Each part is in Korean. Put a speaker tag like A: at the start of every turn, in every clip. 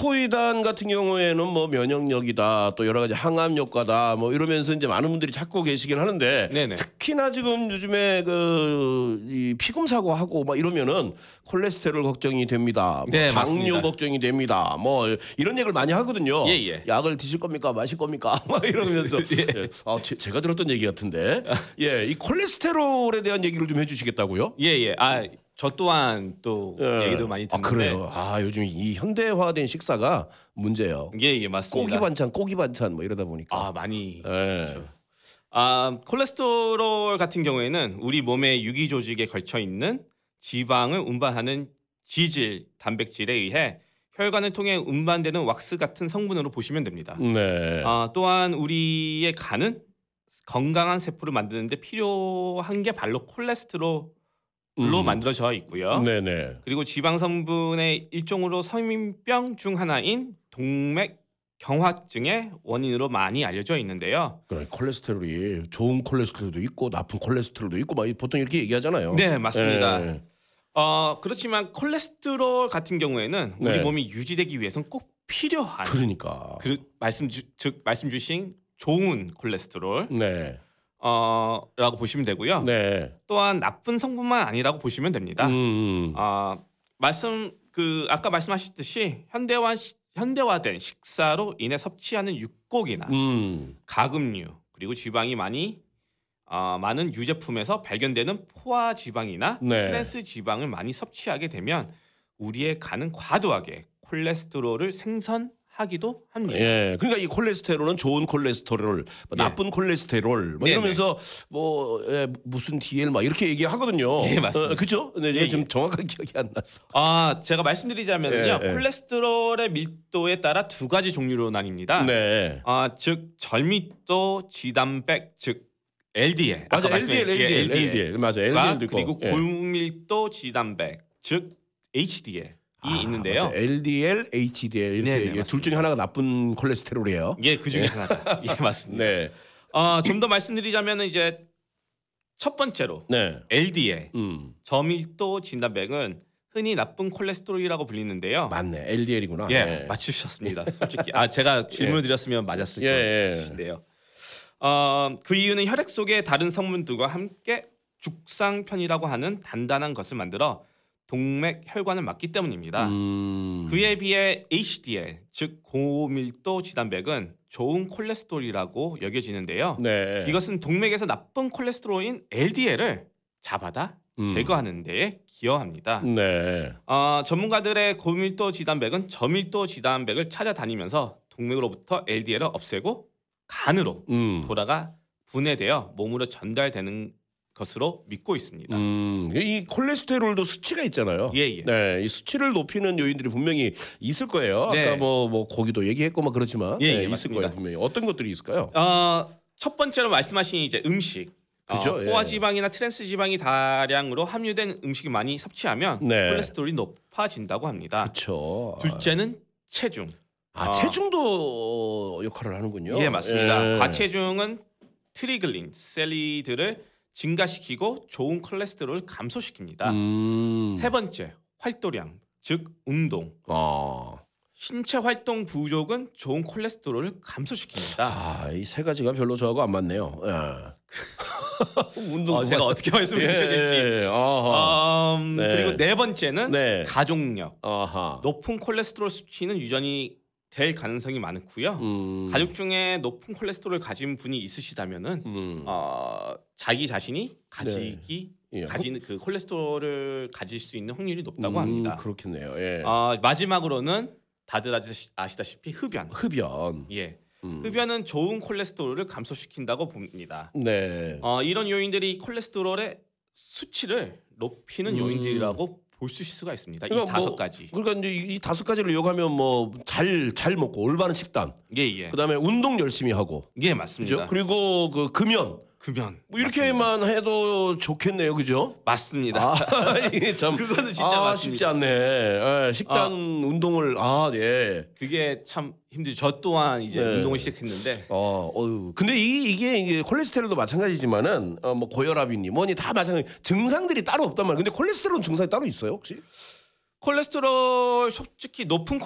A: 후코이단 같은 경우에는 뭐 면역력이다 또 여러 가지 항암 효과다 뭐 이러면서 이제 많은 분들이 찾고 계시긴 하는데
B: 네네.
A: 특히나 지금 요즘에 그이 피금 사고하고 막 이러면은 콜레스테롤 걱정이 됩니다. 뭐
B: 네,
A: 당뇨
B: 맞습니다.
A: 걱정이 됩니다. 뭐 이런 얘기를 많이 하거든요.
B: 예, 예.
A: 약을 드실 겁니까 마실 겁니까 막 이러면서 예. 아 제, 제가 들었던 얘기 같은데 예 이 콜레스테롤에 대한 얘기를 좀 해주시겠다고요?
B: 예예. 아 저 또한 또
A: 예.
B: 얘기도 많이
A: 아,
B: 듣는데.
A: 그래요. 아 요즘 이 현대화된 식사가 문제예요.
B: 예예 맞습니다.
A: 고기 반찬, 고기 반찬 뭐 이러다 보니까.
B: 아 그렇죠. 많이.
A: 예.
B: 아 콜레스테롤 같은 경우에는 우리 몸의 유기 조직에 걸쳐 있는 지방을 운반하는 지질 단백질에 의해 혈관을 통해 운반되는 왁스 같은 성분으로 보시면 됩니다.
A: 네.
B: 아, 또한 우리의 간은 건강한 세포를 만드는데 필요한 게 바로 콜레스테롤로
A: 음.
B: 만들어져 있고요.
A: 네네.
B: 그리고 지방 성분의 일종으로 성인병 중 하나인 동맥 경화증의 원인으로 많이 알려져 있는데요.
A: 그래, 콜레스테롤이 좋은 콜레스테롤도 있고 나쁜 콜레스테롤도 있고 막 보통 이렇게 얘기하잖아요.
B: 네, 맞습니다.
A: 예.
B: 어, 그렇지만 콜레스테롤 같은 경우에는 우리
A: 네.
B: 몸이 유지되기 위해선 꼭 필요한
A: 그러니까.
B: 아, 그 말씀 주, 즉 말씀 주신 좋은 콜레스테롤
A: 네.
B: 어, 라고 보시면 되고요.
A: 네.
B: 또한 나쁜 성분만 아니라고 보시면 됩니다.
A: 음.
B: 그러니까? 아 말씀 그 아까 말씀하셨듯이 현대화 시- 현대화된 식사로 인해 섭취하는 육곡이나
A: 음.
B: 가금류 그리고 지방이 많이 아 많은 유제품에서 발견되는 포화 지방이나
A: 네.
B: 트랜스 지방을 많이 섭취하게 되면 우리의 간은 과도하게 콜레스테롤을 생선하기도 합니다.
A: 예, 그러니까 이 콜레스테롤은 좋은 콜레스테롤, 뭐
B: 네.
A: 나쁜 콜레스테롤, 뭐
B: 네네.
A: 이러면서 뭐 예, 무슨 DL 막 이렇게 얘기하거든요.
B: 예, 맞습니다.
A: 그죠? 네,
B: 예,
A: 제가
B: 예.
A: 지금 정확한 기억이 안 났어.
B: 아 제가 말씀드리자면요
A: 예, 예.
B: 콜레스테롤의 밀도에 따라 두 가지 종류로 나뉩니다.
A: 네.
B: 아, 즉 절미도 지단백 즉 LDL
A: 맞아,
B: 아까
A: LDL,
B: 말씀드린
A: LDL,
B: 게
A: LDL, 맞아,
B: 과
A: LDL도 있고.
B: 그리고
A: 예.
B: 골밀도 지단백 즉 HDL이
A: 아,
B: 있는데요.
A: 맞아요. LDL, HDL 이렇게
B: 네네,
A: 얘기해요. 둘
B: 맞습니다.
A: 중에 하나가 나쁜 콜레스테롤이에요.
B: 예, 그 중에 하나다. 예, 맞습니다.
A: 네,
B: 어, 좀 더 말씀드리자면 이제 첫 번째로
A: 네,
B: LDL
A: 음,
B: 저밀도 지단백은 흔히 나쁜 콜레스테롤이라고 불리는데요.
A: 맞네, LDL이구나.
B: 예, 맞추셨습니다. 솔직히 아 제가 질문 을 드렸으면 맞았을
A: 예, 예.
B: 것같으신데요 어, 그 이유는 혈액 속의 다른 성분들과 함께 죽상편이라고 하는 단단한 것을 만들어 동맥 혈관을 막기 때문입니다.
A: 음,
B: 그에 비해 HDL 즉 고밀도 지단백은 좋은 콜레스테롤이라고 여겨지는데요.
A: 네,
B: 이것은 동맥에서 나쁜 콜레스테롤인 LDL을 잡아다
A: 음.
B: 제거하는 데에 기여합니다.
A: 네,
B: 어, 전문가들의 고밀도 지단백은 저밀도 지단백을 찾아다니면서 동맥으로부터 LDL을 없애고 간으로
A: 음,
B: 돌아가 분해되어 몸으로 전달되는 것으로 믿고 있습니다.
A: 음, 이 콜레스테롤도 수치가 있잖아요.
B: 예, 예.
A: 네, 이 수치를 높이는 요인들이 분명히 있을 거예요.
B: 네.
A: 아까 뭐, 뭐 고기도 얘기했고 막 그렇지만
B: 예, 예,
A: 네, 있을
B: 맞습니다.
A: 거예요 분명히. 어떤 것들이 있을까요?
B: 어, 첫 번째로 말씀하신 이제 음식. 어,
A: 그죠, 예.
B: 포화 지방이나 트랜스 지방이 다량으로 함유된 음식을 많이 섭취하면
A: 네.
B: 콜레스테롤이 높아진다고 합니다.
A: 그렇죠.
B: 둘째는 체중.
A: 아,
B: 아.
A: 체중도 역할을 하는군요.
B: 예 맞습니다.
A: 예.
B: 과체중은 트리글린 셀리드를 증가시키고 좋은 콜레스테롤을 감소시킵니다.
A: 음.
B: 세 번째 활동량 즉 운동
A: 아.
B: 신체 활동 부족은 좋은 콜레스테롤을 감소시킵니다.
A: 아, 이 세 가지가 별로 저하고 안 맞네요. 예. 운동 뭐.
B: 어, 제가 어떻게 말씀을 드려야 될지.
A: 예. 아하.
B: 음,
A: 네.
B: 그리고 네 번째는
A: 네.
B: 가족력
A: 아하.
B: 높은 콜레스테롤 수치는 유전이 될 가능성이 많고요.
A: 음.
B: 가족 중에 높은 콜레스테롤을 가진 분이 있으시다면은
A: 음.
B: 어, 자기 자신이 가지기
A: 예.
B: 가진 그 콜레스테롤을 가질 수 있는 확률이 높다고
A: 음,
B: 합니다.
A: 그렇겠네요. 예.
B: 어, 마지막으로는 다들 아시- 아시다시피 흡연.
A: 흡연.
B: 예,
A: 음.
B: 흡연은 좋은 콜레스테롤을 감소시킨다고 봅니다.
A: 네.
B: 어, 이런 요인들이 콜레스테롤의 수치를 높이는
A: 음.
B: 요인들이라고 볼 수 있을 수가 있습니다. 이
A: 그러니까 뭐-
B: 다섯 가지.
A: 그러니까 이제 이- 이 다섯 가지를 요구하면 뭐 잘 잘 먹고 올바른 식단,
B: 예, 예.
A: 그다음에 운동 열심히 하고,
B: 예,
A: 그죠?
B: 맞습니다.
A: 그리고 그 금연
B: 금연.
A: 뭐 이렇게만 해도 좋겠네요, 그죠?
B: 맞습니다.
A: 아, 이게 참
B: 그거는 진짜
A: 아,
B: 맞습니다.
A: 쉽지 않네. 예, 식단
B: 아.
A: 운동을 아, 예.
B: 그게 참 힘들죠. 저 또한 이제
A: 네.
B: 운동을 시작했는데
A: 어, 어유. 근데 이, 이게 이게 콜레스테롤도 마찬가지지만은 어, 뭐 고혈압이니 뭐니 다 마찬가지. 증상들이 따로 없단 말이에요. 근데 콜레스테롤 증상이 따로 있어요, 혹시?
B: 콜레스테롤 솔직히 높은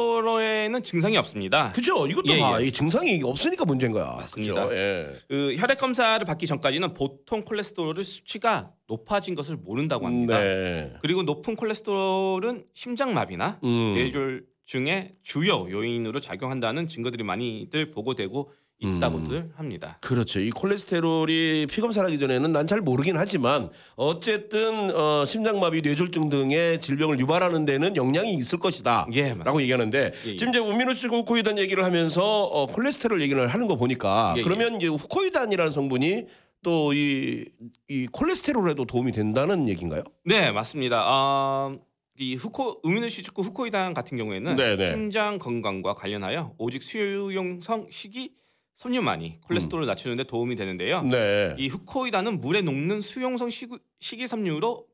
B: 콜레스테롤에는 증상이 없습니다.
A: 그죠? 이것도
B: 예,
A: 다
B: 예.
A: 이 증상이 없으니까 문제인 거야.
B: 맞습니다.
A: 그죠? 예.
B: 그 혈액 검사를 받기 전까지는 보통 콜레스테롤 수치가 높아진 것을 모른다고 합니다.
A: 네.
B: 그리고 높은 콜레스테롤은 심장마비나
A: 음.
B: 뇌졸중의 주요 요인으로 작용한다는 증거들이 많이들 보고되고 있다고들 합니다.
A: 그렇죠. 이 콜레스테롤이 피검사하기 전에는 난 잘 모르긴 하지만 어쨌든 어, 심장마비, 뇌졸중 등의 질병을 유발하는 데는 영향이 있을 것이다.
B: 예, 맞습니다.
A: 라고 얘기하는데
B: 예, 예.
A: 지금 이제 우민우 씨 고코이단 얘기를 하면서 어, 콜레스테롤 얘기를 하는 거 보니까
B: 예, 예.
A: 그러면 이제 후코이단이라는 성분이 또 이 이 콜레스테롤에도 도움이 된다는 얘기인가요?
B: 네, 맞습니다. 아, 이 후코 우민우 씨 축구 후코이단 같은 경우에는
A: 네, 네.
B: 심장 건강과 관련하여 오직 수용성 식이 섬유만이 콜레스테롤을 낮추는데 도움이 되는데요.
A: 음. 네.
B: 이 후코이단은 물에 녹는 수용성 식이- 식이섬유로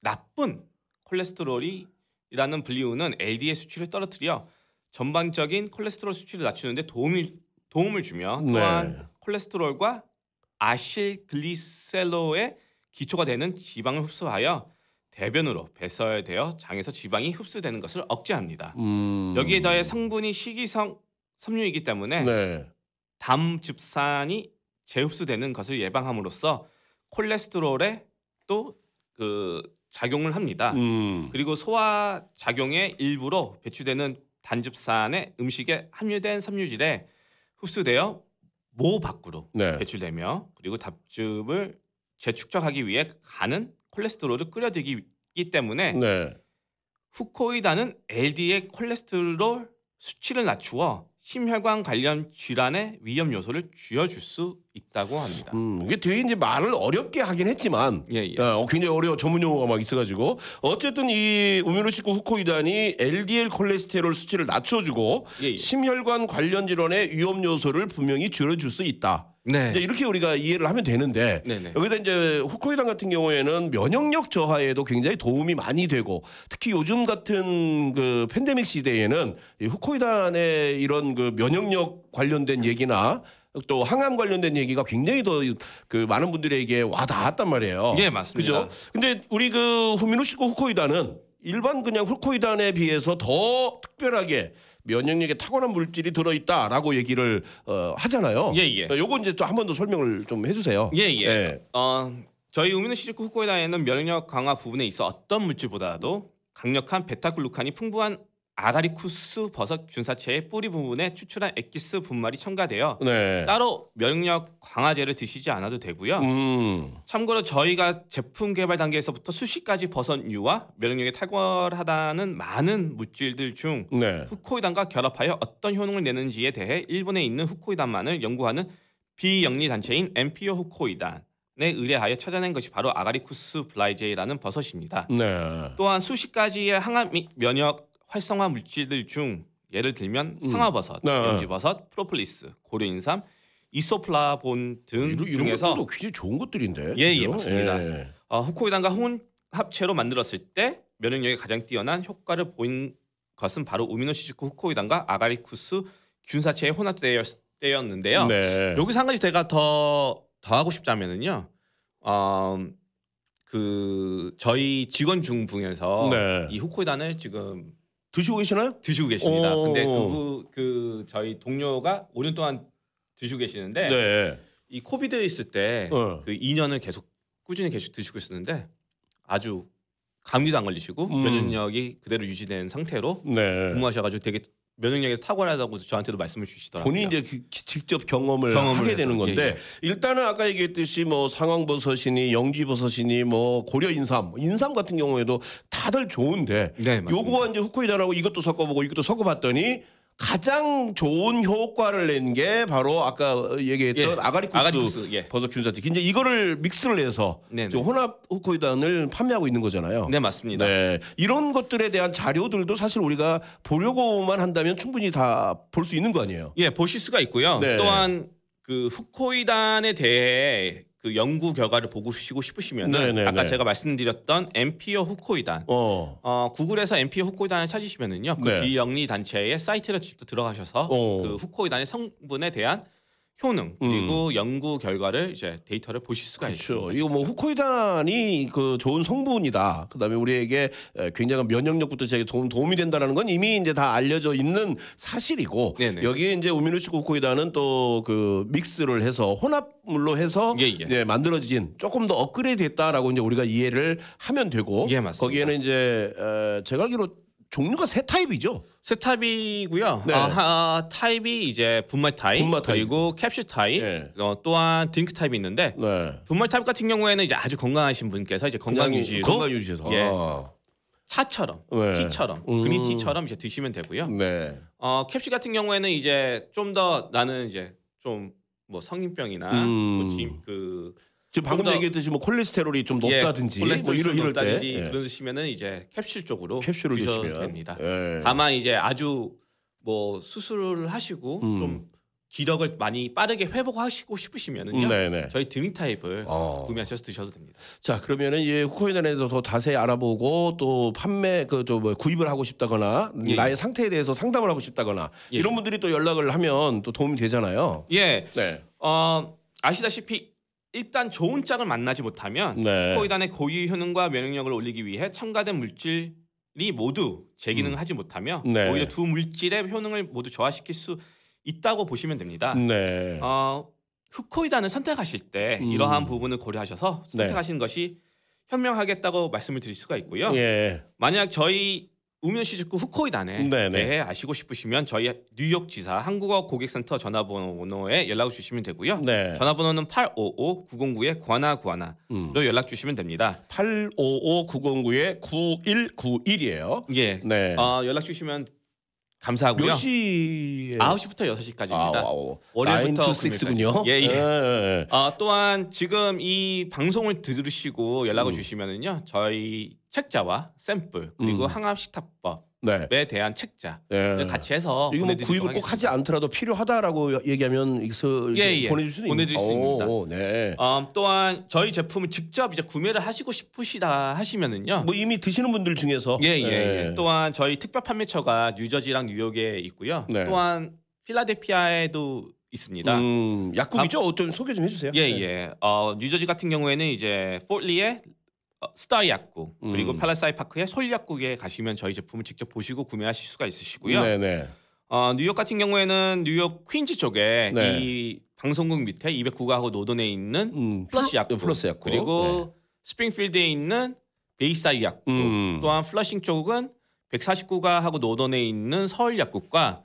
B: 나쁜 콜레스테롤이라는 분류는 LDL 수치를 떨어뜨려 전반적인 콜레스테롤 수치를 낮추는데 도움이 도움을 주며 또한
A: 네.
B: 콜레스테롤과 아실글리세롤의 기초가 되는 지방을 흡수하여 대변으로 배설되어 장에서 지방이 흡수되는 것을 억제합니다.
A: 음.
B: 여기에 더해 성분이 식이성 섬유이기 때문에
A: 네.
B: 담 즙산이 재흡수되는 것을 예방함으로써 콜레스테롤에 또 그 작용을 합니다.
A: 음.
B: 그리고 소화 작용의 일부로 배출되는 단즙산의 음식에 함유된 섬유질에 흡수되어 모 밖으로
A: 네.
B: 배출되며 그리고 답즙을 재축적하기 위해 간은 콜레스테롤을 끓여들기 때문에
A: 네.
B: 후코이단은 LDL 콜레스테롤 수치를 낮추어 심혈관 관련 질환의 위험 요소를 줄여줄 수 있다고 합니다.
A: 음, 이게 되게 이제 말을 어렵게 하긴 했지만
B: 예, 예.
A: 어, 굉장히 어려워 전문 용어가 막 있어가지고 어쨌든 이 우민우 식구 후코이단이 LDL 콜레스테롤 수치를 낮춰주고
B: 예, 예.
A: 심혈관 관련 질환의 위험 요소를 분명히 줄여줄 수 있다.
B: 네.
A: 이제 이렇게 우리가 이해를 하면 되는데
B: 네, 네.
A: 여기다 이제 후코이단 같은 경우에는 면역력 저하에도 굉장히 도움이 많이 되고 특히 요즘 같은 그 팬데믹 시대에는 이 후코이단의 이런 그 면역력 관련된 얘기나 또 항암 관련된 얘기가 굉장히 더 그 많은 분들에게 와 닿았단 말이에요.
B: 예, 맞습니다.
A: 어. 그죠? 근데 우리 그 후민우 씨고 후코이단은 일반 그냥 후코이단에 비해서 더 특별하게 면역력에 탁월한 물질이 들어있다라고 얘기를 어, 하잖아요.
B: 예, 예.
A: 어, 요거 이제 또 한 번 더 설명을 좀 해주세요.
B: 예, 예.
A: 예.
B: 어, 저희 우미노 시즈쿠 후코이단에는 면역 강화 부분에 있어 어떤 물질보다도 강력한 베타글루칸이 풍부한 아가리쿠스 버섯 균사체의 뿌리 부분에 추출한 엑기스 분말이 첨가되어
A: 네.
B: 따로 면역 강화제를 드시지 않아도 되고요.
A: 음.
B: 참고로 저희가 제품 개발 단계에서부터 수십 가지 버섯류와 면역력이 탁월하다는 많은 물질들 중
A: 네.
B: 후코이단과 결합하여 어떤 효능을 내는지에 대해 일본에 있는 후코이단만을 연구하는 비영리 단체인 엠피오 후코이단에 의뢰하여 찾아낸 것이 바로 아가리쿠스 블라이제이라는 버섯입니다.
A: 네.
B: 또한 수십 가지의 항암 및 면역 활성화 물질들 중 예를 들면 상화버섯,
A: 네.
B: 연지버섯, 프로폴리스, 고려인삼, 이소플라본 등
A: 이런, 이런
B: 중에서
A: 것도 굉장히 좋은 것들인데.
B: 예, 예,
A: 그죠?
B: 맞습니다.
A: 예.
B: 어, 후코이단과 혼합체로 만들었을 때 면역력이 가장 뛰어난 효과를 보인 것은 바로 우미노시즈쿠 후코이단과 아가리쿠스 균사체의 혼합되었는데요.
A: 네.
B: 여기서 한 가지 제가 더 더하고 싶다면은요. 어, 그 저희 직원 중 중에서
A: 네.
B: 이 후코이단을 지금
A: 드시고 계시나요?
B: 드시고 계십니다.
A: 오.
B: 근데 그그 그 저희 동료가 5년 동안 드시고 계시는데
A: 네.
B: 이 코비드 있을 때
A: 어.
B: 그 2년을 계속 꾸준히 계속 드시고 있었는데 아주 감기도 안 걸리시고
A: 음.
B: 면역력이 그대로 유지된 상태로
A: 네.
B: 근무하셔가지고 되게 면역력에서 탁월하다고 저한테도 말씀을 주시더라고요.
A: 본인이 이제 기- 기- 직접 경험을,
B: 경험을
A: 하게
B: 해서,
A: 되는 건데
B: 예, 예.
A: 일단은 아까 얘기했듯이 뭐 상황버섯이니 영지버섯이니 뭐 고려인삼 인삼 같은 경우에도 다들 좋은데
B: 네, 맞습니다.
A: 요거와 이제 후코이단하고 이것도 섞어보고 이것도 섞어봤더니 가장 좋은 효과를 낸 게 바로 아까 얘기했던
B: 예,
A: 아가리쿠스,
B: 아가리쿠스, 예.
A: 버섯균사체 이제 이거를 믹스를 해서
B: 네네.
A: 지금 혼합 후코이단을 판매하고 있는 거잖아요.
B: 네 맞습니다.
A: 네. 이런 것들에 대한 자료들도 사실 우리가 보려고만 한다면 충분히 다 볼 수 있는 거 아니에요.
B: 예 보실 수가 있고요.
A: 네.
B: 또한 그 후코이단에 대해 그 연구 결과를 보고 싶으시면
A: 네, 네,
B: 은 아까
A: 네.
B: 제가 말씀드렸던 엠피어 후코이단
A: 어.
B: 어, 구글에서 MPO 후코이단을 찾으시면은요. 그
A: 네.
B: 비영리 단체의 사이트를 직접 들어가셔서
A: 오. 음.
B: 그 후코이단의 성분에 대한 효능 그리고 연구 결과를 이제 데이터를 보실 수가
A: 그렇죠.
B: 있습니다.
A: 이거 뭐 후코이단이 그 좋은 성분이다. 그다음에 우리에게 에, 굉장한 면역력부터 시작해 도움, 도움이 된다라는 건 이미 이제 다 알려져 있는 사실이고
B: 네네.
A: 여기에 이제 우미노시코 후코이단은 또 그 믹스를 해서 혼합물로 해서
B: 예, 예.
A: 이제 만들어진 조금 더 업그레이드됐다라고 이제 우리가 이해를 하면 되고
B: 예, 맞습니다.
A: 거기에는 이제 에, 제가 알기로 종류가 세 타입이죠.
B: 세 탑이고요.
A: 네.
B: 아, 하 타입이 이제 분말 타입,
A: 분말 타입.
B: 그리고 캡슐 타입,
A: 예.
B: 어, 또한 드링크 타입이 있는데
A: 네.
B: 분말 타입 같은 경우에는 이제 아주 건강하신 분께서 이제 건강
A: 그냥
B: 유지로
A: 건강 유지에서.
B: 예.
A: 아.
B: 차처럼,
A: 네.
B: 티처럼,
A: 음.
B: 그린 티처럼 이제 드시면 되고요.
A: 네.
B: 어, 캡슐 같은 경우에는 이제 좀 더 나는 이제 좀 뭐 성인병이나
A: 음.
B: 뭐 지- 그
A: 지금 방금
B: 더-
A: 얘기했듯이 뭐 콜레스테롤이 좀 높다든지
B: 예,
A: 뭐
B: 콜레스테롤이
A: 이럴,
B: 좀
A: 이럴 때
B: 높다든지
A: 예.
B: 그러시면은 이제 캡슐 쪽으로
A: 캡슐을
B: 드셔도
A: 드시면
B: 됩니다.
A: 예.
B: 다만 이제 아주 뭐 수술을 하시고
A: 음.
B: 좀 기력을 많이 빠르게 회복하시고
A: 음,
B: 싶으시면은요.
A: 네네.
B: 저희 드링 타입을
A: 어.
B: 구매하셔서 드셔도 됩니다.
A: 자 그러면은 이제 후코이단에서 더 자세히 알아보고 또 판매 그또뭐 구입을 하고 싶다거나
B: 예.
A: 나의 상태에 대해서 상담을 하고 싶다거나
B: 예.
A: 이런 분들이 또 연락을 하면 또 도움이 되잖아요.
B: 예.
A: 네.
B: 어, 아시다시피 일단 좋은 짝을 만나지 못하면
A: 네.
B: 코이단의 고유 효능과 면역력을 올리기 위해 첨가된 물질이 모두 재기능하지 못하며
A: 네.
B: 오히려 두 물질의 효능을 모두 저하시킬 수 있다고 보시면 됩니다.
A: 네.
B: 어, 후코이단을 선택하실 때
A: 음. 네.
B: 이러한 부분을 고려하셔서 선택하시는 것이 현명하겠다고 말씀을 드릴 수가 있고요.
A: 예.
B: 만약 저희 우면시집구 후코이단에
A: 네네.
B: 대해 아시고 싶으시면 저희 뉴욕지사 한국어 고객센터 전화번호에 연락을 주시면 되고요.
A: 네.
B: 아, 전화번호는 855-909-9191로
A: 음.
B: 연락 주시면 됩니다.
A: 855909의 9191이에요.
B: 예.
A: 네.
B: 어, 연락 주시면 감사하고요.
A: 몇 시에?
B: 9시부터 6시까지입니다.
A: 아우.
B: 월요일부터
A: 9 to 6군요.
B: 금요일까지. 예, 예.
A: 예.
B: 아, 또한 지금 이 방송을 들으시고 연락을
A: 음.
B: 주시면은요. 저희 책자와 샘플 그리고
A: 음.
B: 항암 식탁법에
A: 네.
B: 대한 책자
A: 예.
B: 를 네, 같이 해서
A: 이거 뭐
B: 보내드리도록
A: 구입을 꼭 하지
B: 하겠습니다.
A: 않더라도 필요하다라고 얘기하면 이서
B: 예, 예.
A: 보내줄 수는
B: 보내드릴 수 있습니다.
A: 오, 네.
B: 어, 또한 저희 제품을 직접 이제 구매를 하시고 싶으시다 하시면은요.
A: 뭐 이미 드시는 분들 중에서
B: 아.
A: 네.
B: 예, 예, 예. 또한 저희 특별 판매처가 뉴저지랑 뉴욕에 있고요.
A: 네.
B: 또한 필라델피아에도 있습니다.
A: 음, 약국이죠. 어떤 소개 좀 해주세요. 네.
B: 예, 예. 어, 뉴저지 같은 경우에는 이제 포트리의 어, 스타 약국 그리고
A: 음.
B: 팔라사이 파크의 솔 약국에 가시면 저희 제품을 직접 보시고 구매하실 수가 있으시고요.
A: 네, 네.
B: 어, 뉴욕 같은 경우에는 뉴욕 퀸즈 쪽에
A: 네.
B: 이 방송국 밑에 209가하고 노던에 있는
A: 음,
B: 플러시 약국,
A: 플러스 약국
B: 그리고 스프링필드에 있는 베이사이 약국
A: 네. 음,
B: 또한 플러싱 쪽은 149가하고 노던에 있는 서울 약국과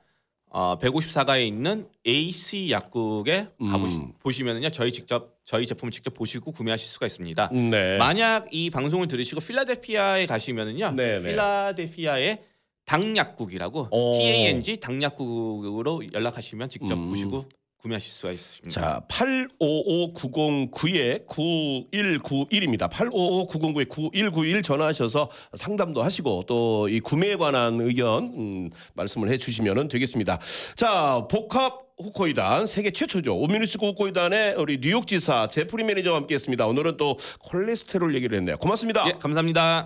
B: 어, 154가에 있는 AC 약국에
A: 음.
B: 가보시, 보시면은요 저희 직접 저희 제품을 직접 보시고 구매하실 수가 있습니다.
A: 네.
B: 만약 이 방송을 들으시고 필라델피아에 가시면은요
A: 네, 네.
B: 필라델피아의 당약국이라고
A: 오.
B: TANG 당약국으로 연락하시면 직접
A: 음.
B: 보시고 구매하실 수가 있습니다.
A: 자, 855909의 9191입니다. 855909의 9191 전화하셔서 상담도 하시고 또 이 구매에 관한 의견 음, 말씀을 해 주시면 되겠습니다. 자, 복합 후코이단 세계 최초죠. 오미누스코 후코이단의 우리 뉴욕 지사 제프리 매니저와 함께했습니다. 오늘은 또 콜레스테롤 얘기를 했네요. 고맙습니다.
B: 예, 감사합니다.